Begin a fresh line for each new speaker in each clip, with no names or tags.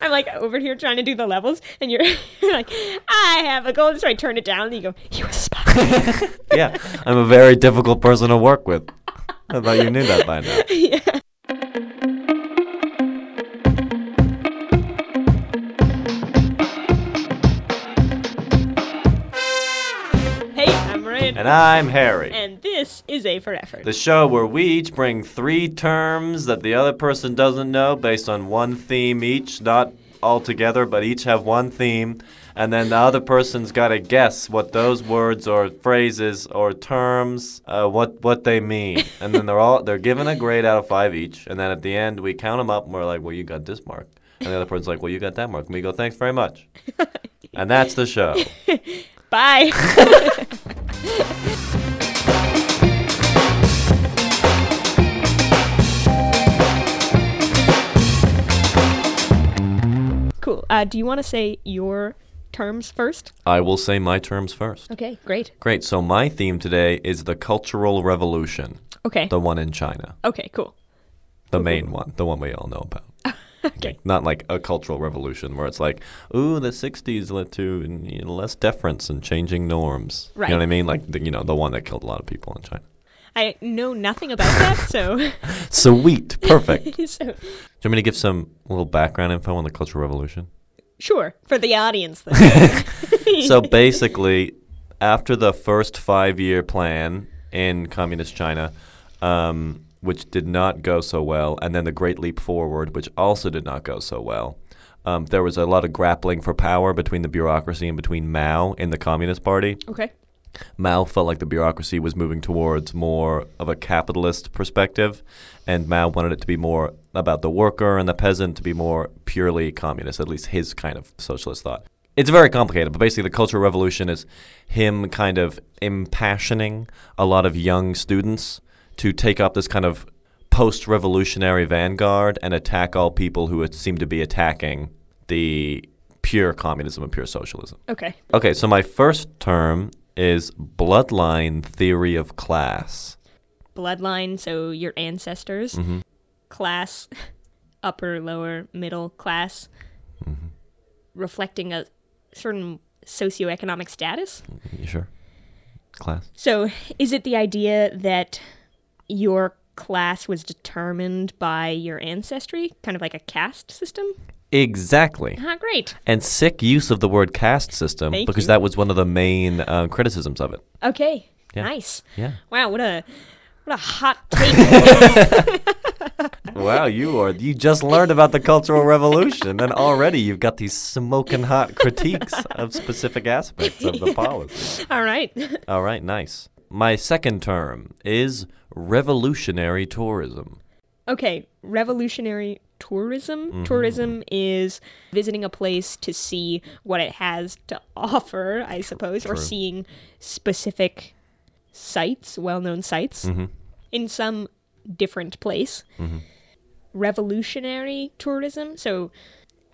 I'm like over here trying to do the levels, and you're, you're like, I have a goal. That's right. Turn it down. And you go, you a spy.
yeah, I'm a very difficult person to work with. I thought you knew that by now.
yeah. Hey, I'm Ryan,
And I'm Harry.
and this is A for Effort.
The show where we each bring three terms that the other person doesn't know based on one theme each, not all together, but each have one theme. And then the other person's got to guess what those words or phrases or terms, uh, what what they mean. And then they're all they're given a grade out of five each. And then at the end we count them up and we're like, well, you got this mark. And the other person's like, well, you got that mark. And we go, thanks very much. And that's the show.
Bye. cool. Uh, do you want to say your terms first?
I will say my terms first.
Okay, great.
Great. So my theme today is the Cultural Revolution,
Okay.
the one in China,
okay, cool.
the main one, the one we all know about.
Okay.
Like, not like a cultural revolution where it's like, ooh, the '60s led to you know, less deference and changing norms. You
Right.
know what I mean? Like, the, you know, the one that killed a lot of people in China.
I know nothing about that, so
Sweet, perfect. Do you
so
want me to give some little background info on the Cultural Revolution?
sure for the audience. Then.
so basically, after the first five-year plan in communist China, um, which did not go so well, and then the Great Leap Forward, which also did not go so well, um, there was a lot of grappling for power between the bureaucracy and between Mao and the Communist Party.
okay.
Mao felt like the bureaucracy was moving towards more of a capitalist perspective, and Mao wanted it to be more about the worker and the peasant to be more purely communist, at least his kind of socialist thought. It's very complicated, but basically, the Cultural Revolution is him kind of impassioning a lot of young students to take up this kind of post revolutionary vanguard and attack all people who seem to be attacking the pure communism and pure socialism.
Okay.
Okay, so my first term is bloodline theory of class.
Bloodline, so your ancestors.
Mhm.
Class, upper, lower, middle class, reflecting a certain socioeconomic status.
You sure? Class?
So, is it the idea that your class was determined by your ancestry, kind of like a caste system?
Exactly.
Ah, great.
And sick use of the word caste system
Thank
because
you.
that was one of the main uh, criticisms of it.
Okay.
Yeah.
Nice.
Yeah.
Wow, what a what a hot take.
Wow, you are you just learned about the Cultural Revolution and already you've got these smoking hot critiques of specific aspects of the policy.
All right.
All right, nice. My second term is revolutionary tourism.
Okay, revolutionary tourism. Tourism is visiting a place to see what it has to offer, I suppose, or seeing specific sites, well known sites, in some different place. Revolutionary tourism. So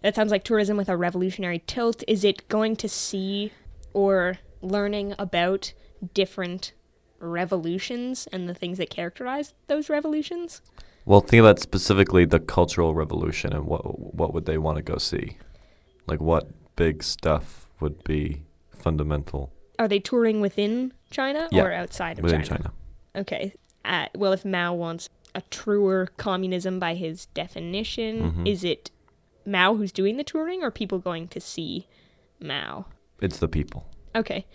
that sounds like tourism with a revolutionary tilt. Is it going to see or learning about different revolutions and the things that characterize those revolutions?
Well, think about specifically the Cultural Revolution and what what would they want to go see? Like what big stuff would be fundamental
are they touring within China
Yeah,
or outside of
within
China?
China?
Okay. Uh, well, if Mao wants a truer communism by his definition,
Mm-hmm.
is it Mao who's doing the touring or people going to see Mao?
It's the people.
Okay.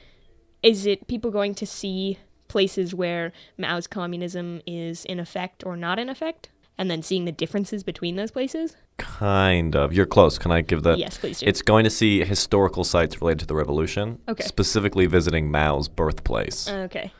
Is it people going to see places where Mao's communism is in effect or not in effect? And then seeing the differences between those places?
Kind of. You're close. Can I give that?
Yes, please do.
Uh, It's going to see historical sites related to the revolution.
Okay. Uh.
Specifically visiting Mao's birthplace,
Okay.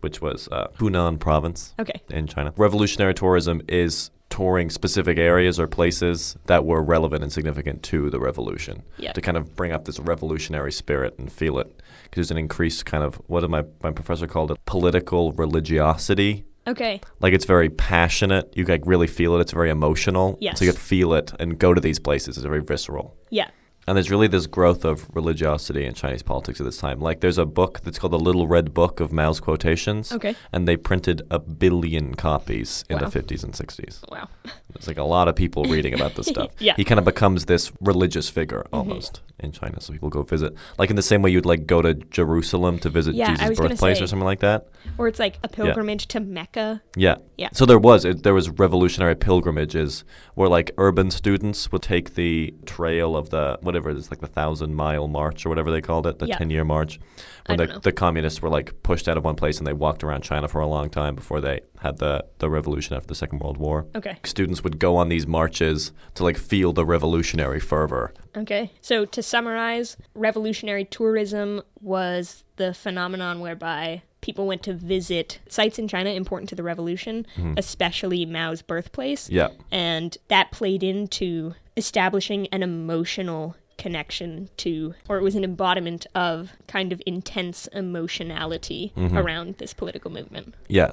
which was uh, Hunan province
Okay.
in China. Revolutionary tourism is touring specific areas or places that were relevant and significant to the revolution.
Yeah.
to kind of bring up this revolutionary spirit and feel it. Because there's an increased kind of what my my professor called it political religiosity.
Okay.
Like it's very passionate. You like really feel it. It's very emotional.
Yes.
So you could feel it and go to these places. It's very visceral.
Yeah.
And there's really this growth of religiosity in Chinese politics at this time. Like, there's a book that's called The Little Red Book of Mao's Quotations.
Okay.
And they printed a billion copies in
Wow.
the 50s and 60s.
Wow.
It's like a lot of people reading about this stuff.
Yeah. Mm-hmm.
He kind of becomes this religious figure almost in China. So people go visit, like in the same way you'd like go to Jerusalem to visit
Yeah, I
Jesus'
was gonna
birthplace
say.
or something like that.
Or it's like a pilgrimage to Mecca.
Yeah.
Yeah.
So there was it, there was revolutionary pilgrimages where like urban students would take the trail of the whatever it is like the thousand mile march or whatever they called it the
Yeah.
ten year march
I
when the,
don't know.
the communists were like pushed out of one place and they walked around China for a long time before they had the the revolution after the Second World War.
Okay.
Students would go on these marches to like feel the revolutionary fervor.
Okay. So to summarize, revolutionary tourism was the phenomenon whereby people went to visit sites in China important to the revolution, especially Mao's birthplace.
Yeah.
And that played into establishing an emotional connection to, or it was an embodiment of kind of intense emotionality around this political movement.
Yeah.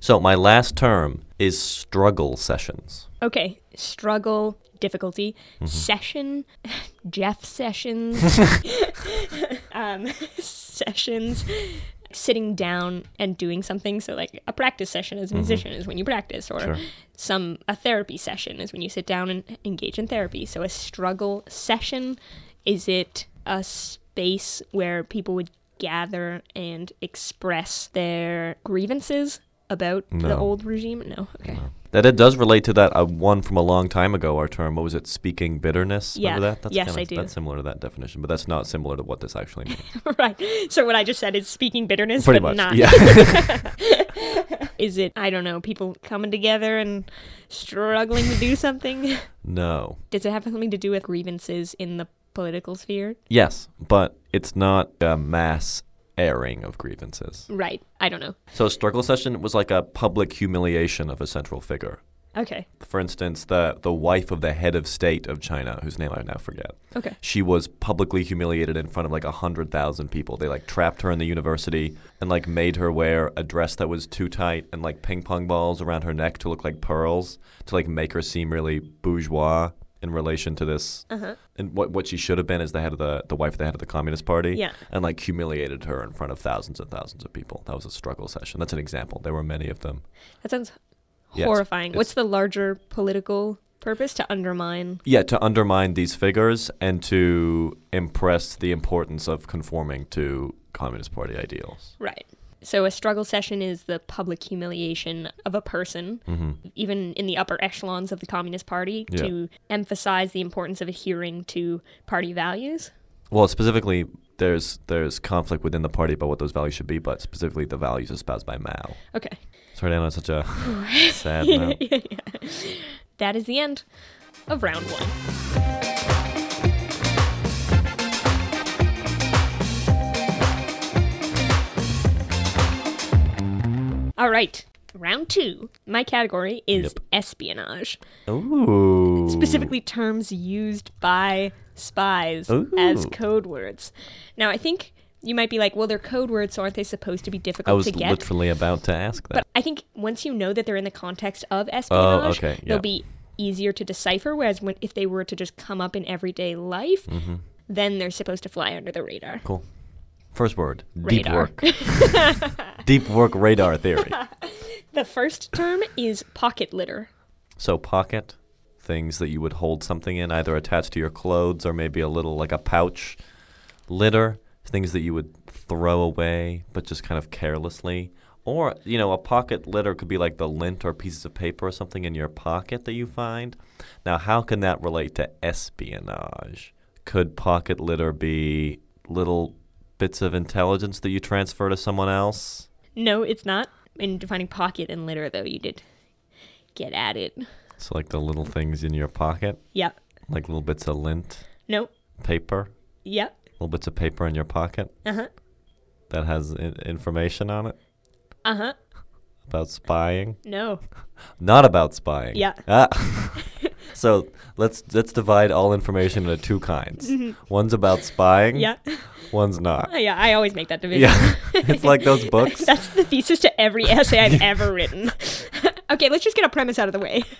So my last term is struggle sessions.
Okay, struggle, difficulty,
Mm-hmm.
session, Jeff Sessions, um, sessions, sitting down and doing something. So, like a practice session as a musician is when you practice, or
Mm-hmm. Sure.
some a therapy session is when you sit down and engage in therapy. So, a struggle session is it a space where people would gather and express their grievances about the
No.
old regime? No. Okay.
That it does relate to that uh, one from a long time ago. Our term, what was it? Speaking bitterness.
Yeah.
Remember that? That's
Yes,
kinda,
I do.
That's similar to that definition, but that's not similar to what this actually means.
Right. So what I just said is speaking bitterness,
Pretty
but
much.
not.
Yeah.
Is it I don't know people coming together and struggling to do something?
no.
Does it have something to do with grievances in the political sphere?
Yes, but it's not a mass airing of grievances.
Right. I don't know.
So a struggle session was like a public humiliation of a central figure.
Okay.
For instance, the the wife of the head of state of China, whose name I now forget.
Okay.
she was publicly humiliated in front of like 100,000 people. They like trapped her in the university and like made her wear a dress that was too tight and like ping pong balls around her neck to look like pearls to like make her seem really bourgeois in relation to this.
Uh-huh.
And what, what she should have been is the head of the, the wife of the head of the Communist Party
Yeah.
and like humiliated her in front of thousands and thousands of people. That was a struggle session. That's an example. There were many of them.
That sounds
Yeah, it's-
horrifying. What's
it's-
the larger political purpose to undermine?
Yeah, to undermine these figures and to impress the importance of conforming to Communist Party ideals.
Right. So a struggle session is the public humiliation of a person,
Mm-hmm.
even in the upper echelons of the Communist Party,
Yeah.
to emphasize the importance of adhering to party values.
Well, specifically, there's there's conflict within the party about what those values should be, but specifically the values espoused by Mao.
Okay.
Sorry, Dana, it's such a sad note.
That is the end of round one. All right, round two. My category is
Yep.
espionage,
Ooh.
specifically terms used by spies as
Ooh.
code words. Now, I think you might be like, well, they're code words, so aren't they supposed to be difficult
I was
to get?
literally about to ask that.
But I think once you know that they're in the context of espionage,
Oh, okay, yeah.
they'll be easier to decipher. Whereas when, if they were to just come up in everyday life,
Mm-hmm.
then they're supposed to fly under the radar.
cool. First word.
Radar.
Deep work. deep work radar theory.
The first term is pocket litter.
So pocket things that you would hold something in, either attached to your clothes or maybe a little like a pouch. Litter, things that you would throw away, but just kind of carelessly. Or, you know, a pocket litter could be like the lint or pieces of paper or something in your pocket that you find. Now, how can that relate to espionage? Could pocket litter be little bits of intelligence that you transfer to someone else?
No, it's not. In defining pocket and litter, though, you did get at it.
So, like the little things in your pocket,
Yep.
like little bits of lint,
No.
paper.
Yep.
little bits of paper in your pocket
Uh huh.
that has I- information on it
Uh huh.
about spying
No.
not about spying
Yeah.
ah. so let's let's divide all information into two kinds one's about spying
Mm-hmm. Yeah.
one's not
Yeah. I always make that division.
yeah it's like those books
That's the thesis to every essay I've ever written. okay, let's just get a premise out of the way.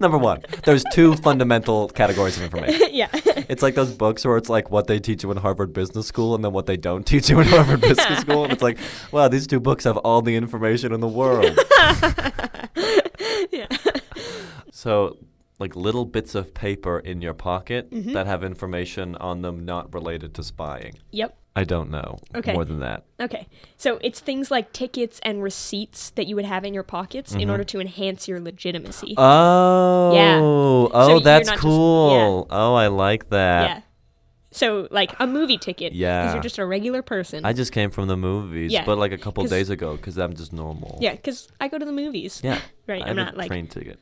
Number one, there's two fundamental categories of information.
yeah.
It's like those books where it's like what they teach you in Harvard Business School and then what they don't teach you in Harvard Business School. And it's like, wow, these two books have all the information in the world.
yeah.
So, like little bits of paper in your pocket
Mm-hmm.
that have information on them not related to spying.
Yep.
I don't know
Okay.
more than that.
Okay. So it's things like tickets and receipts that you would have in your pockets
Mm-hmm.
in order to enhance your legitimacy.
Oh,
So
oh,
you're
that's
not just-
cool. Oh, I like that.
yeah. So like a movie ticket because
Yeah.
you're just a regular person.
I just came from the movies,
Yeah,
but like a couple
'cause-
days ago because I'm just normal.
yeah, because I go to the movies.
Yeah.
Right.
I
I'm not
have a
like
train ticket.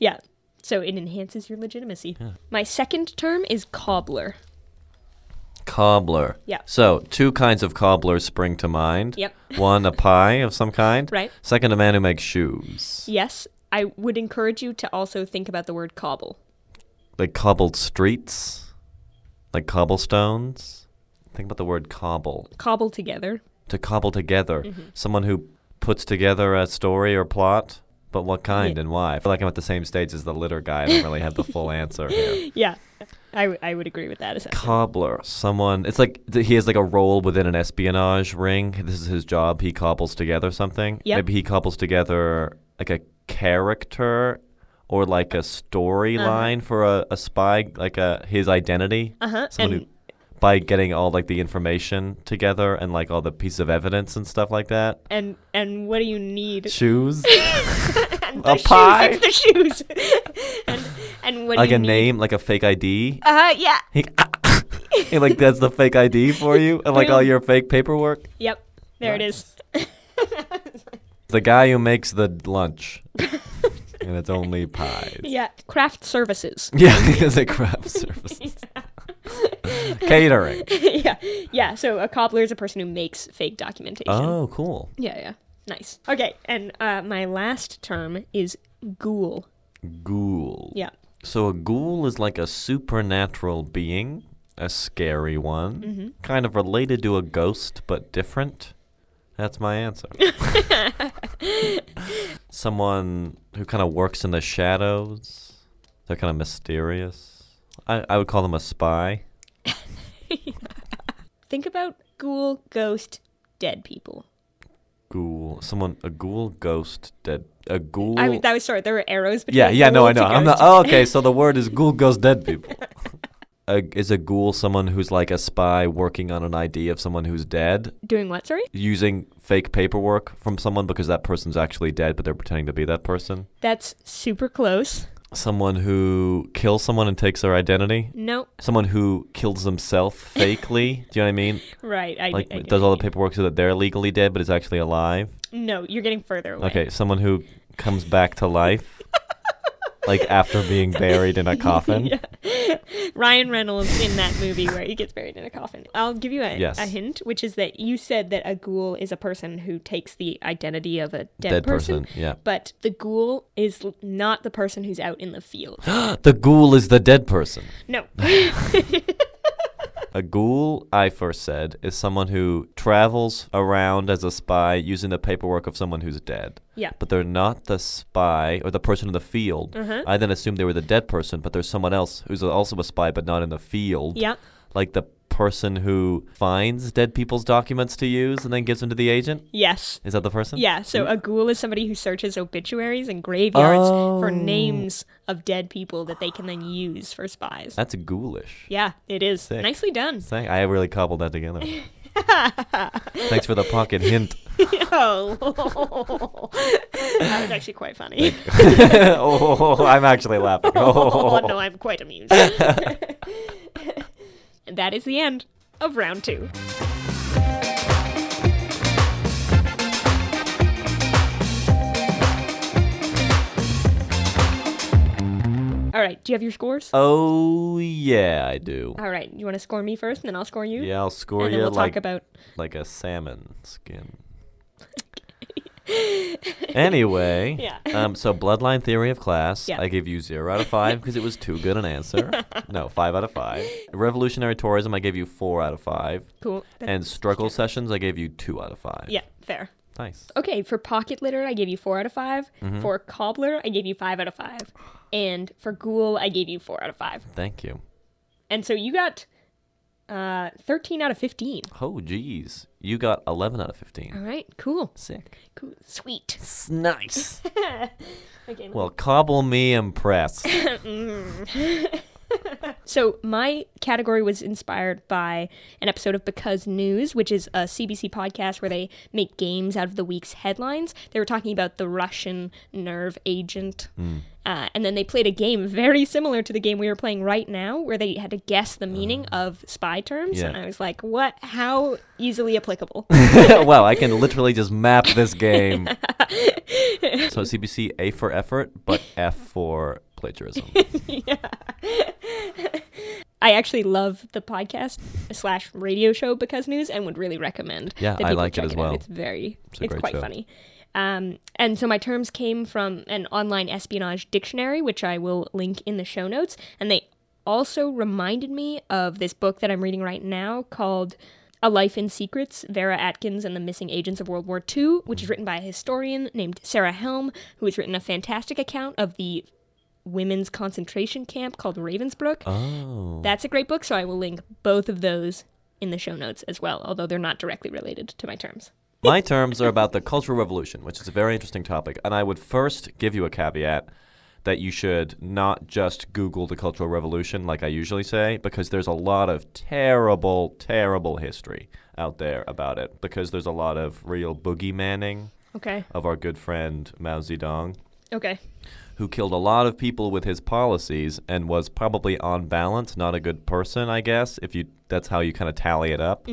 yeah. So it enhances your legitimacy. My second term is cobbler.
Cobbler.
Yeah.
So two kinds of cobblers spring to mind.
Yep.
One, a pie of some kind.
Right.
Second, a man who makes shoes.
Yes, I would encourage you to also think about the word cobble.
Like cobbled streets. Like cobblestones. Think about the word cobble.
Cobble together.
To cobble together.
Mm-hmm.
Someone who puts together a story or plot. But what kind
Yeah.
and why? I feel like I'm at the same stage as the litter guy. I don't really have the full answer here.
Yeah, I, w- I would agree with that. Essentially.
cobbler someone it's like th- he has like a role within an espionage ring this is his job he cobbles together something
Yep.
maybe he cobbles together like a character or like a
Uh-huh.
storyline for a, a spy like a his identity
Uh-huh,
someone
and-
who by getting all like the information together and like all the pieces of evidence and stuff like that
And and what do you need?
shoes
And
a
the
pie?
Shoes, it's the shoes. and and what
like
do
a
you need?
name like a fake id
Uh yeah.
he, he, like that's the fake id for you and like all
Boom.
your fake paperwork
Yep. There it is.
The guy who makes the lunch. and it's only pies.
yeah. Craft services.
Yeah, it's a craft services. Catering.
yeah. Yeah. So a cobbler is a person who makes fake documentation.
Oh, cool.
Yeah, yeah. Nice. Okay, and uh, my last term is ghoul.
Ghoul.
Yeah.
So a ghoul is like a supernatural being, a scary one, kind of related to a ghost but different. That's my answer. Someone who kind of works in the shadows. They're kind of mysterious. I, I would call them a spy.
Think about ghoul, ghost, dead people.
ghoul someone a ghoul ghost dead a ghoul
I that was sorry. There were arrows between.
yeah yeah no
ghoul
i know
to
i'm not
ghost.
oh, okay so the word is ghoul ghost dead people a, is a ghoul someone who's like a spy working on an idea of someone who's dead
Doing what? Sorry.
using fake paperwork from someone because that person's actually dead but they're pretending to be that person
That's super close.
someone who kills someone and takes their identity
No.
someone who kills themself fakely do you know what i mean
Right. I,
like
I get
does
it.
all the paperwork so that they're legally dead but is actually alive
No, you're getting further away.
Okay, someone who comes back to life, like after being buried in a coffin.
Ryan Reynolds in that movie where he gets buried in a coffin. I'll give you a,
Yes.
a hint, which is that you said that a ghoul is a person who takes the identity of a dead,
Dead person,
person.
yeah.
But the ghoul is l- not the person who's out in the field.
The ghoul is the dead person.
no.
A ghoul, I first said, is someone who travels around as a spy using the paperwork of someone who's dead.
Yeah.
But they're not the spy or the person in the field.
Mm-hmm.
I then assumed they were the dead person, but there's someone else who's also a spy but not in the field.
Yeah.
Like the person who finds dead people's documents to use and then gives them to the agent.
Yes.
Is that the person?
Yeah, so a ghoul is somebody who searches obituaries and graveyards for
Oh.
names of dead people that they can then use for spies.
That's ghoulish.
yeah, it is.
Sick.
Nicely done.
Thank- I really cobbled that together. Thanks for the pocket hint.
Yo. Oh, that was actually quite funny.
oh, I'm actually laughing.
Oh,
Oh.
no, I'm quite amused. that is the end of round two. All right, do you have your scores?
Oh, yeah, I do.
All right, you want to score me first, and then I'll score you,
Yeah, I'll score
and then
you
we'll
like
talk about.
like a salmon skin. anyway,
Yeah.
um, so bloodline theory of class,
Yeah.
I give you zero out of five because it was too good an answer. no, five out of five. Revolutionary tourism, I gave you four out of five,
Cool. That-
and struggle sessions, I gave you two out of five.
yeah, fair.
Nice.
Okay, for pocket litter, I gave you four out of 5 For cobbler, I gave you five out of five. And for ghoul, I gave you four out of five.
Thank you.
And so you got uh, 13 out of 15.
Oh, geez. You got 11 out of
All
15.
right, cool.
Sick.
cool. Sweet.
It's nice.
Okay,
well, cobble me impressed.
So my category was inspired by an episode of Because News, which is a CBC podcast where they make games out of the week's headlines. They were talking about the Russian nerve agent, uh, and then they played a game very similar to the game we were playing right now, where they had to guess the meaning of spy terms.
Yeah.
And I was like, "What? How easily applicable?"
wow, I can literally just map this game. so CBC A for effort, but F for plagiarism.
I actually love the podcast slash radio show because news and would really recommend.
Yeah,
that
I
people
like it
check
as
out.
well.
It's very, it's,
a great
quite
show.
funny. Um, and so my terms came from an online espionage dictionary, which I will link in the show notes. And they also reminded me of this book that I'm reading right now called A Life in Secrets Vera Atkins and the Missing Agents of World War II,
Hmm.
which is written by a historian named Sarah Helm, who has written a fantastic account of the women's concentration camp called Ravensbrück.
Oh.
That's a great book, so I will link both of those in the show notes as well, although they're not directly related to my terms.
My terms are about the Cultural Revolution, which is a very interesting topic. And I would first give you a caveat that you should not just Google the Cultural Revolution, like I usually say, because there's a lot of terrible, terrible history out there about it, because there's a lot of real boogeymanning
Okay.
of our good friend Mao Zedong.
Okay.
who killed a lot of people with his policies and was probably on balance not a good person, I guess, if you that's how you kind of tally it up.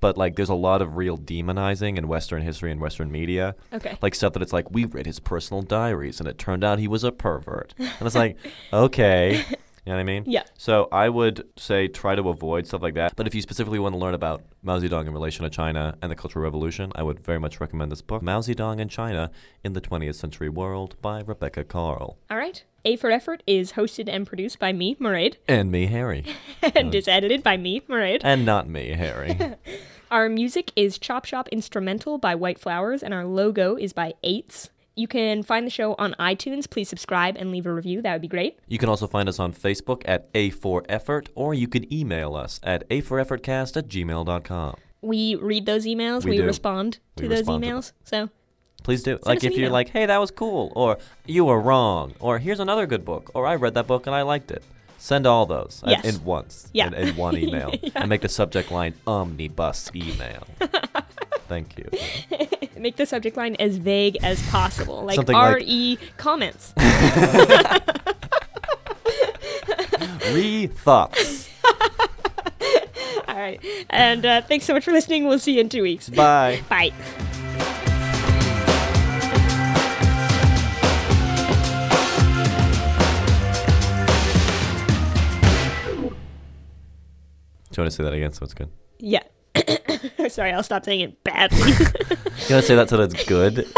But like there's a lot of real demonizing in western history and western media.
Okay.
Like stuff that it's like we read his personal diaries and it turned out he was a pervert. And it's like, okay. You know what I mean?
Yeah.
So I would say try to avoid stuff like that. But if you specifically want to learn about Mao Zedong in relation to China and the Cultural Revolution, I would very much recommend this book, Mao Zedong and China in the 20th Century World by Rebecca Carl.
All right. A for Effort is hosted and produced by me, Maraid,
And me, Harry.
and is edited by me, Maraid.
and not me, Harry.
Our music is Chop Shop Instrumental by White Flowers, and our logo is by Eights. You can find the show on iTunes. Please subscribe and leave a review. That would be great.
you can also find us on Facebook at A4Effort, or you can email us at A4EffortCast at gmail.com.
We read those emails.
We
We,
do.
respond to
We
those
respond to
emails. so
Please do. like
us an
if you're
email.
like, hey, that was cool, or you were wrong, or here's another good book, or I read that book and I liked it. Send all those at-
Yes.
in once,
Yeah.
in, in one email, and make the subject line omnibus email. Thank you.
make the subject line as vague as possible. Like
Something like-
RE comments.
Re thoughts.
All right. And uh, thanks so much for listening. We'll see you in two weeks.
Bye.
Bye.
Do you want to say that again so it's good?
Yeah. Sorry, I'll stop saying it badly.
You want to say that so that it's good?